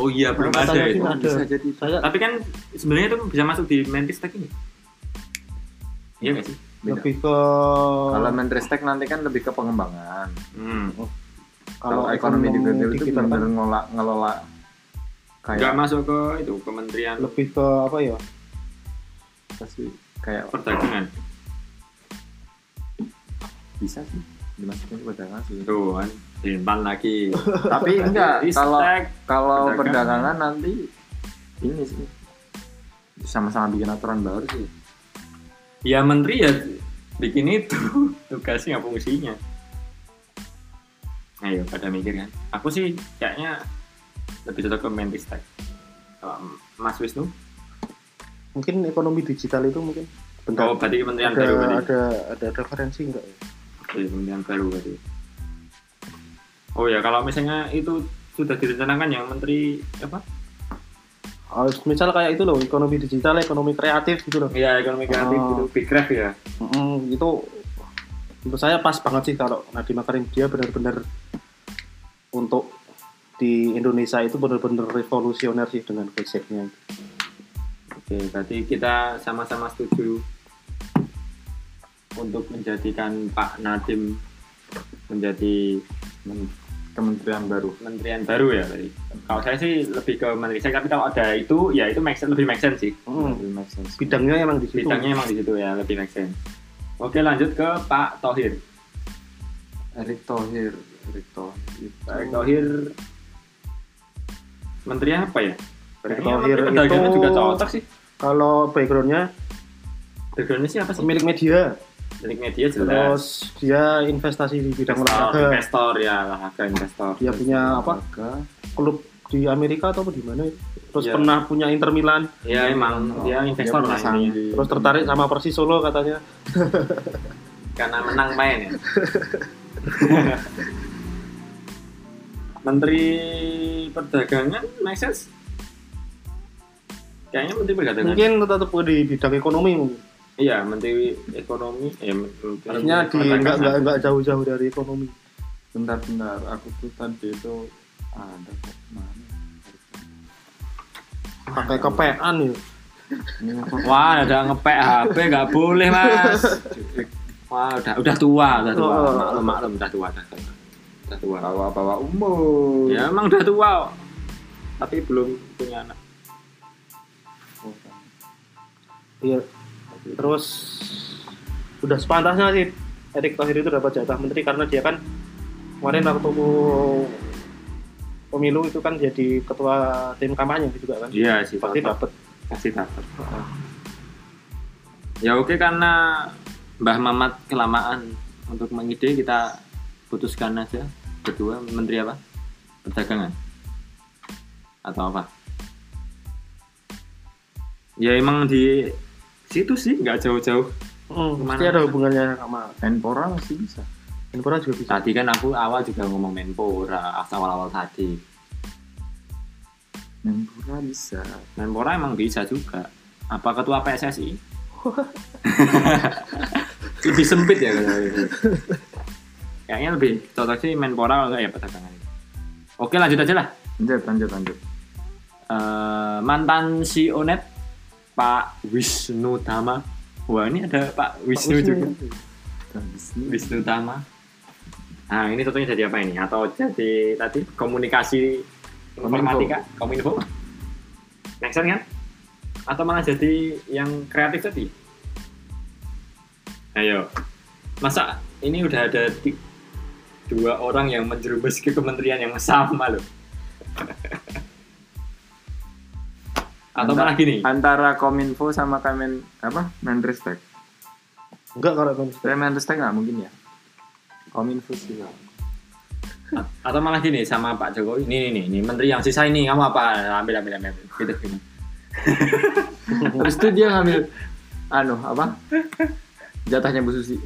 S1: oh iya belum
S2: Angkatan
S1: ada itu
S2: Laut. Ada.
S3: bisa jadi
S2: saya
S1: tapi kan sebenarnya itu bisa masuk di mentistek ini iya nggak sih
S3: beda.
S2: lebih ke
S3: kalau Menristek nanti kan lebih ke pengembangan
S1: hmm.
S3: kalau ekonomi di Google itu
S2: digital kan
S3: benar-benar ngelola, ngelola
S1: nggak
S3: kayak
S1: masuk ke itu kementerian
S2: lebih ke apa ya
S3: apa sih kayak
S1: perdagangan
S3: bisa sih dimasukin ke pedagang sih
S1: tuh kan simpan lagi
S3: tapi enggak kalau
S1: Istek.
S3: Kalau
S1: Perdagangan.
S3: perdagangan nanti ini sih sama-sama bikin aturan baru sih.
S1: ya menteri ya bikin itu tugasnya fungsinya ayo pada mikir kan aku sih kayaknya lebih cocok ke mentistek Kalau Mas Wisnu
S2: mungkin ekonomi digital itu mungkin bentar
S1: oh berarti kementerian
S2: ada,
S1: baru berarti
S2: ada ada referensi enggak ya?
S1: Oke, kementerian baru berarti oh ya kalau misalnya itu sudah direncanakan yang menteri apa
S2: Oh, misal kayak itu loh, ekonomi digital, ekonomi kreatif gitu loh.
S1: ya ekonomi kreatif
S2: Oh.
S1: gitu big craft ya
S2: Mm, itu menurut saya pas banget sih kalau Nadiem Makarim dia benar-benar untuk di Indonesia itu benar-benar revolusioner sih dengan konsepnya.
S1: Oke, berarti kita sama-sama setuju untuk menjadikan Pak Nadim menjadi men-
S3: Kementerian baru.
S1: menterian baru ya tadi. Kalau saya sih lebih ke menristek, tapi kalau ada itu, ya itu make sense, lebih make sense sih.
S2: Mm,
S3: Lebih make sense.
S2: bidangnya emang di situ.
S1: Bidangnya emang di situ ya, lebih make sense. Oke, lanjut ke Pak Tohir.
S3: Erick Thohir, Erick Thohir. itu-
S1: Pak
S2: Hmm.
S1: Tohir, menteri apa ya?
S2: Erick
S1: Kayaknya
S2: Thohir
S1: menteri perdagangan
S2: itu-
S1: juga cocok sih.
S2: Kalau backgroundnya
S1: Backgroundnya sih apa sih?
S2: pemilik media,
S1: Milik media jelas.
S2: terus dia investasi di bidang
S1: Investor,
S2: olahraga,
S1: investor ya, olahraga investor.
S2: dia punya Eh, apa
S3: Olahraga.
S2: klub di Amerika atau apa di mana? Terus
S1: Iya.
S2: pernah punya Inter Milan,
S1: Ya emang dia investor
S3: oh, Dia
S1: lah
S3: pasang
S1: ini.
S3: di-
S2: terus tertarik sama Persis Solo katanya.
S1: karena menang main ya. Menteri Perdagangan, make sense? Kayaknya Menteri Perdagangan.
S2: Mungkin tetap di bidang ekonomi mungkin.
S1: Iya, Menteri Ekonomi. Eh, Menteri
S2: Artinya di
S1: Perdagangan.
S2: nggak nggak nggak jauh-jauh dari ekonomi.
S3: Bentar, bentar. Aku tuh tadi itu ada kok mana?
S2: Pakai kepean ya.
S3: Ini apa?
S1: Wah, ada ngepek HP nggak boleh mas. Wah, udah udah tua, udah tua.
S2: Oh.
S1: Maklum, maklum, udah tua, udah tua. Udah tua.
S3: Bawa-bawa umur.
S1: Ya emang udah tua, tapi belum punya anak.
S2: Iya. Terus udah sepantasnya sih Erick Thohir itu dapat jatah menteri karena dia kan kemarin waktu pemilu itu kan jadi ketua tim kampanye juga kan.
S1: Iya sih,
S2: Pasti dapat.
S1: pasti dapat. Ya oke karena Mbah Mamat kelamaan untuk mengide kita putuskan aja berdua menteri apa? Perdagangan atau apa? Ya emang di situ sih nggak jauh-jauh.
S2: Hmm,
S1: Kemana
S2: pasti ada
S1: mana?
S2: hubungannya sama
S3: Menpora masih bisa.
S2: handphone juga bisa.
S1: Tadi kan aku awal juga ngomong Menpora awal-awal tadi.
S3: Menpora bisa.
S1: Menpora emang bisa juga. Apa ketua PSSI? lebih sempit ya kalau itu. Kayaknya lebih cocok sih Menpora kalau nggak ya perdagangan. Oke lanjut aja lah.
S3: Lanjut, lanjut, lanjut.
S1: Eh, mantan CEO Net Pak Wisnu Tama. Wah ini ada Pak Wisnu, ya? juga.
S3: Dan Nah, di sini
S1: Wisnu Tama. Nah ini contohnya jadi apa ini? Atau jadi tadi komunikasi informatika, kominfo? Next kan? Atau malah jadi yang kreatif tadi? Ayo, masa ini udah ada ti- dua orang yang menjerumus ke kementerian yang sama loh? Atau malah gini?
S3: Antara Kominfo sama Kemen apa? Menristek.
S2: Enggak kalau handphone.
S3: Tapi Menristek nggak mungkin ya. Kominfo sih nggak.
S1: atau malah gini sama Pak Jokowi ini ini ini menteri yang sisa ini kamu apa ambil ambil ambil ambil. gitu gini
S3: Terus itu dia ngambil anu apa? Jatahnya Bu Susi.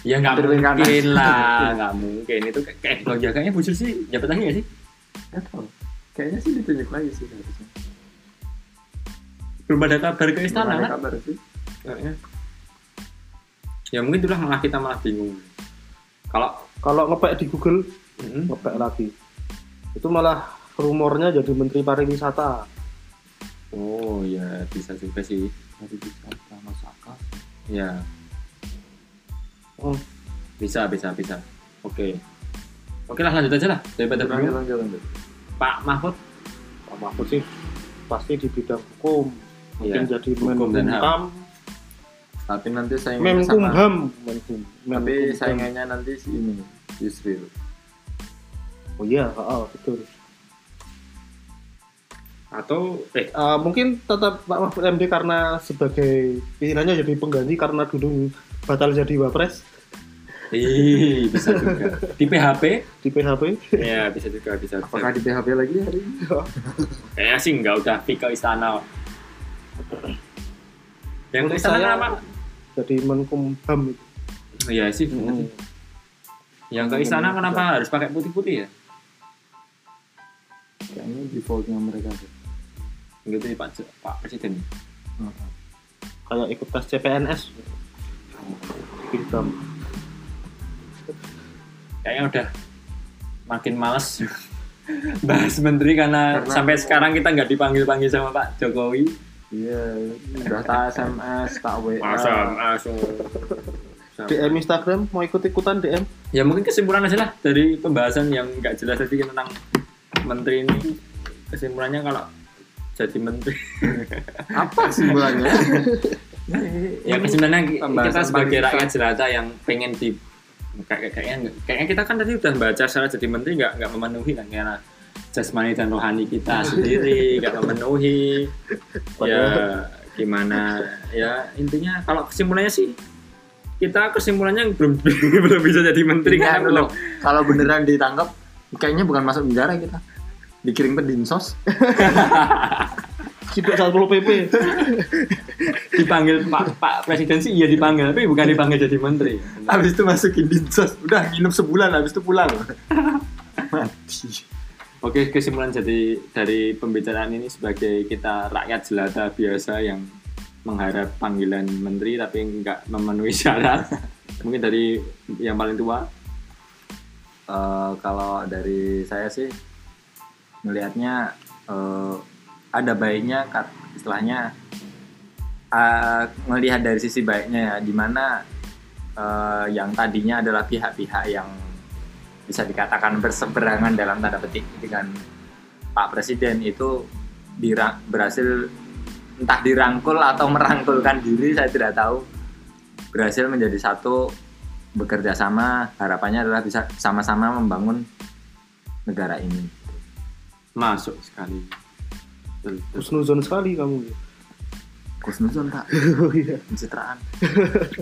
S1: ya nggak
S3: Menteri Perikanan.
S1: mungkin lah nggak mungkin itu kayak kayak kalau jaganya Bu Susi dapat lagi nggak sih
S3: Nggak tahu. Kayaknya sih ditunjuk lagi sih harusnya.
S1: belum ada kabar ke
S3: Nggak
S1: istana
S3: ada
S1: kan
S3: kabar sih.
S1: Kayaknya. ya mungkin itulah malah kita malah bingung kalau
S2: Kalau ngepek di Google,
S1: mm,
S2: ngepek lagi. Itu malah rumornya jadi menteri pariwisata.
S1: oh ya bisa juga sih
S3: Pariwisata Masaka.
S1: ya
S2: Oh.
S1: bisa bisa bisa oke oke lah lanjut aja lah daripada
S3: Lanjut,
S1: bingung
S3: lanjut, lanjut.
S1: Pak Mahfud
S2: Pak Mahfud sih pasti di bidang hukum. Mungkin
S1: Iya,
S2: jadi
S1: hukum dan ham.
S2: Menkumham,
S3: Tapi nanti saingannya sama.
S2: Menkumham, Menkum.
S3: Tapi
S2: Menkumham.
S3: saingannya nanti si ini. Yusril.
S2: Oh iya, oh, betul.
S1: atau eh
S2: Eh, mungkin tetap Pak Mahfud MD karena sebagai istilahnya jadi pengganti karena dulu batal jadi wapres
S1: Ih, bisa juga. Di PHP?
S2: di PHP.
S1: Iya, bisa juga, bisa.
S3: Apakah
S1: juga.
S3: di PHP lagi hari ini?
S1: Kayaknya sih nggak udah pergi ke istana. Yang ke
S2: Menurut
S1: istana
S2: saya-
S1: apa?
S2: Jadi Menkumham. itu.
S1: Iya sih. bener sih. Mm-hmm. Yang ke istana kenapa harus pakai putih-putih ya?
S3: Kayaknya defaultnya mereka sih.
S1: Gitu ya, Pak, Jo- Pak Presiden.
S2: Kayak ikut tes CPNS. Hitam.
S1: Kayaknya udah makin males bahas menteri karena,
S3: Karena-
S1: sampai sekarang kita nggak dipanggil-panggil sama Pak Jokowi.
S3: Iya, udah tak SMS, tak WA.
S1: langsung.
S2: DM Instagram mau ikut-ikutan DM.
S1: ya mungkin kesimpulan aja lah dari pembahasan yang nggak jelas tadi tentang menteri ini kesimpulannya kalau jadi menteri
S3: Apa simbolannya?
S1: ya kesimpulannya ki- kita
S3: Pembahasan
S1: sebagai
S3: paling
S1: rakyat jelata yang pengen di kayak- kayaknya nggak- kayaknya kita kan tadi udah baca secara jadi menteri nggak nggak memenuhi kan karena jasmani dan rohani kita sendiri nggak memenuhi ya gimana ya intinya kalau kesimpulannya sih kita kesimpulannya belum belum bisa jadi menteri kan, karena
S3: Ringan
S1: Iya, belum
S3: loh. Kalau beneran ditangkap, kayaknya bukan masuk penjara kita. Dikirim ke dinsos.
S2: Sibuk 10 PP.
S1: dipanggil Pak Pak Presiden sih iya dipanggil tapi bukan dipanggil jadi menteri.
S3: Habis itu masukin dinsos. Udah nginep sebulan, habis itu pulang. Mati.
S1: Oke kesimpulan jadi dari pembicaraan ini sebagai kita rakyat jelata biasa yang mengharap panggilan menteri tapi nggak memenuhi syarat. Mungkin dari yang paling tua
S4: Eh, kalau dari saya sih melihatnya eh, ada baiknya kat- istilahnya eh, melihat dari sisi baiknya ya dimana eh, yang tadinya adalah pihak-pihak yang bisa dikatakan berseberangan dalam tanda petik dengan Pak Presiden itu dira- berhasil entah dirangkul atau merangkulkan diri saya tidak tahu berhasil menjadi satu bekerja sama harapannya adalah bisa sama-sama membangun negara ini
S1: masuk sekali. Betul, betul.
S2: Husnuzon sekali kamu.
S3: Kusnuzon tak
S2: Oh, iya.
S3: pencitraan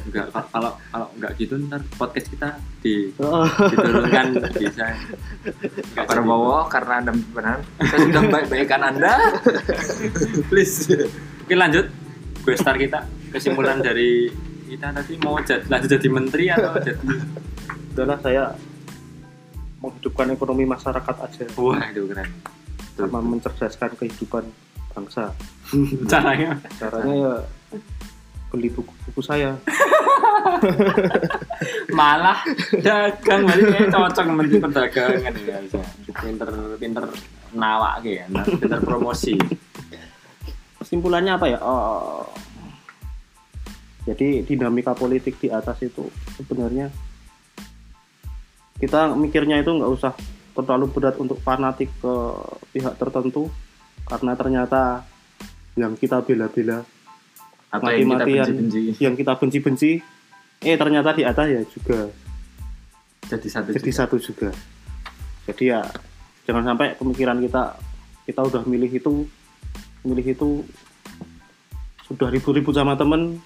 S1: Enggak Pak. kalau kalau enggak gitu ntar podcast kita di
S2: Oh,
S1: diturunkan bisa. Enggak
S3: Pak Prabowo karena anda benar saya sudah baik baikan anda
S1: please. Oke lanjut. Gue star kita kesimpulan dari kita tadi mau jadi lanjut jadi menteri atau jadi
S2: udahlah saya menghidupkan ekonomi masyarakat aja
S1: wah itu keren. Betul.
S2: sama mencerdaskan kehidupan bangsa.
S1: Caranya Ah.
S2: Caranya ya beli buku-buku saya.
S1: malah dagang berarti cocok menteri perdagangan ya bisa. Pinter pinter nawak ya, pinter promosi.
S2: Kesimpulannya apa ya? Oh, jadi dinamika politik di atas itu sebenarnya kita mikirnya itu nggak usah terlalu berat untuk fanatik ke pihak tertentu karena ternyata yang kita bela-bela
S1: Atau yang kita
S2: Mati-matian.
S1: benci-benci
S2: yang kita benci-benci eh ternyata di atas ya juga
S1: jadi satu
S2: jadi
S1: juga.
S2: satu juga jadi ya jangan sampai pemikiran kita kita udah milih itu milih itu sudah ribu-ribu sama temen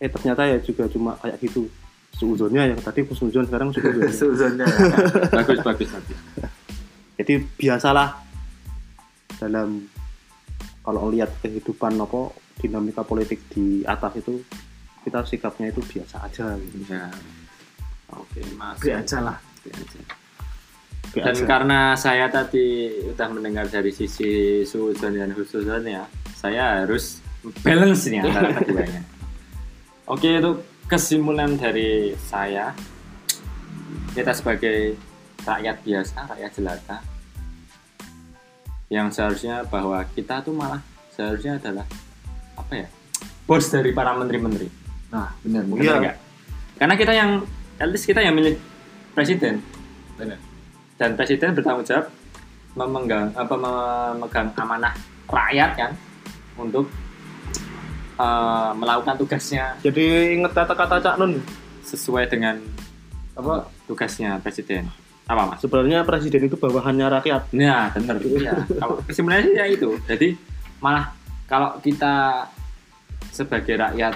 S2: eh ternyata ya juga cuma kayak gitu seuzonnya yang tadi kusuzon sekarang seuzon
S3: Suzonnya
S1: bagus bagus bagus.
S2: jadi biasalah dalam kalau lihat kehidupan apa dinamika politik di atas itu kita sikapnya itu biasa aja gitu.
S1: Ya. Oke, Mas.
S3: Oke aja lah
S1: Biasa.
S2: Biasa.
S1: Dan karena saya tadi udah mendengar dari sisi suudzon dan husuzon ya, saya harus balance nih antara keduanya. Oke, itu kesimpulan dari saya. Kita sebagai rakyat biasa, rakyat jelata, yang seharusnya bahwa kita tuh malah seharusnya adalah apa ya? Bos dari para menteri-menteri.
S3: nah benar
S2: Iya.
S1: Bener nggak? Karena kita yang, at least kita yang milik presiden.
S3: Benar.
S1: Dan presiden bertanggung jawab memegang, apa, memegang amanah rakyat kan untuk eh, melakukan tugasnya
S2: Jadi inget kata-kata Cak Nun.
S1: sesuai dengan apa tugasnya presiden. Apa mas?
S2: Sebenarnya presiden itu bawahannya rakyat.
S1: Nah, bener. Iya. Kalau sebenarnya sih ya itu. Jadi malah kalau kita sebagai rakyat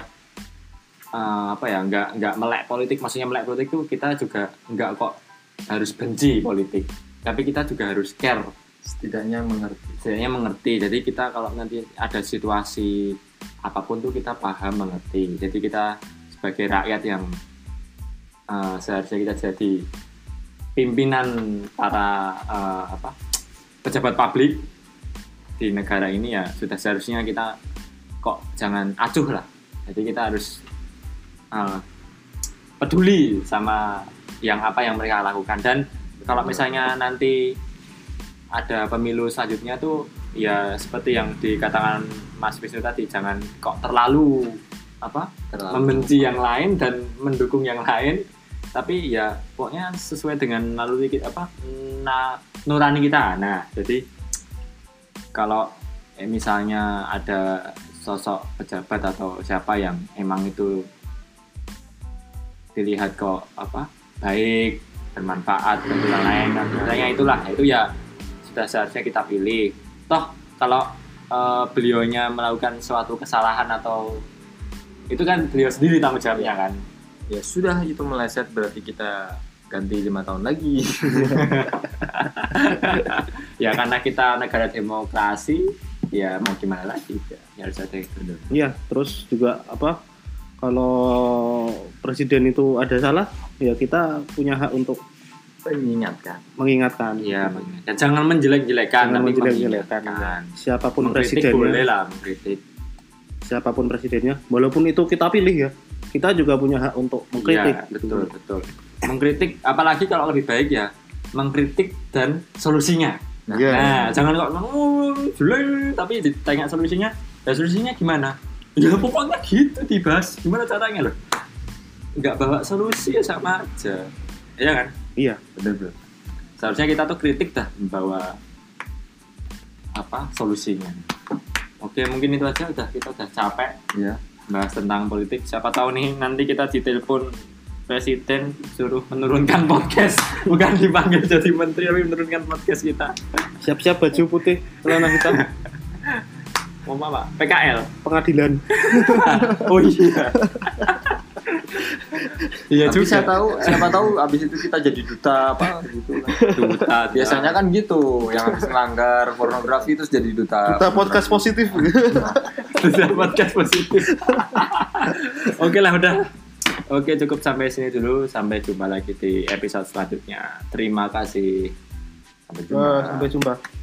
S1: eh, apa ya nggak nggak melek politik maksudnya melek politik itu kita juga nggak kok harus benci politik tapi kita juga harus care
S3: setidaknya mengerti
S1: setidaknya mengerti jadi kita kalau nanti ada situasi apapun tuh kita paham mengerti jadi kita sebagai rakyat yang eh, seharusnya kita jadi pimpinan para eh, apa pejabat publik di negara ini ya sudah seharusnya kita kok jangan acuh lah jadi kita harus eh, peduli sama yang apa yang mereka lakukan dan kalau misalnya nanti ada pemilu selanjutnya tuh ya seperti yang dikatakan Mas Wisnu tadi jangan kok terlalu apa membenci yang lain dan mendukung yang lain tapi ya pokoknya sesuai dengan naluri kita apa na, nurani kita nah jadi kalau eh, misalnya ada sosok pejabat atau siapa yang emang itu dilihat kok apa baik bermanfaat dan lain-lain dan misalnya itulah itu ya sudah seharusnya kita pilih toh kalau eh, beliaunya melakukan suatu kesalahan atau itu kan beliau sendiri tanggung jawabnya kan
S3: ya sudah itu meleset berarti kita ganti lima tahun lagi
S1: ya karena kita negara demokrasi ya mau gimana lagi ya, ya harus ada itu
S2: Iya, terus juga apa? Kalau presiden itu ada salah, ya kita punya hak untuk
S3: mengingatkan
S2: mengingatkan
S1: Iya, dan jangan menjelek-jelekan
S2: Jangan
S1: tapi
S2: menjelek-jelekan.
S1: mengingatkan.
S2: siapapun
S1: Mengkritik
S2: presidennya,
S1: boleh lah, mengkritik.
S2: siapapun presidennya, walaupun itu kita pilih ya, kita juga punya hak untuk mengkritik.
S1: Iya, betul, betul. Mengkritik apalagi kalau lebih baik ya, mengkritik dan solusinya.
S3: Nah,
S2: Iya.
S1: Nah, jangan kok oh, jelek tapi ditanya solusinya, ya solusinya gimana? Ya pokoknya gitu dibahas, gimana caranya loh? Nggak bawa solusi ya sama aja. Iya kan?
S2: Iya.
S3: benar benar
S1: Seharusnya kita tuh kritik dah membawa apa solusinya. Oke, mungkin itu aja udah kita udah capek
S3: ya
S1: bahas tentang politik. Siapa tahu nih nanti kita ditelepon presiden suruh menurunkan podcast, bukan dipanggil jadi menteri tapi menurunkan podcast kita.
S2: Siap-siap baju putih, celana hitam.
S1: Mau apa? PKL.
S2: pengadilan
S1: Oh iya. iya
S3: Tapi
S1: juga.
S3: saya tahu, siapa tahu abis itu kita jadi duta apa gitu. lah.
S1: Duta,
S3: Biasanya kan gitu, yang habis melanggar pornografi terus jadi duta.
S2: kita podcast positif
S1: Sudah podcast positif. Oke lah udah. Oke cukup sampai sini dulu. Sampai jumpa lagi di episode selanjutnya. Terima kasih.
S3: Sampai jumpa.
S2: Wah, sampai jumpa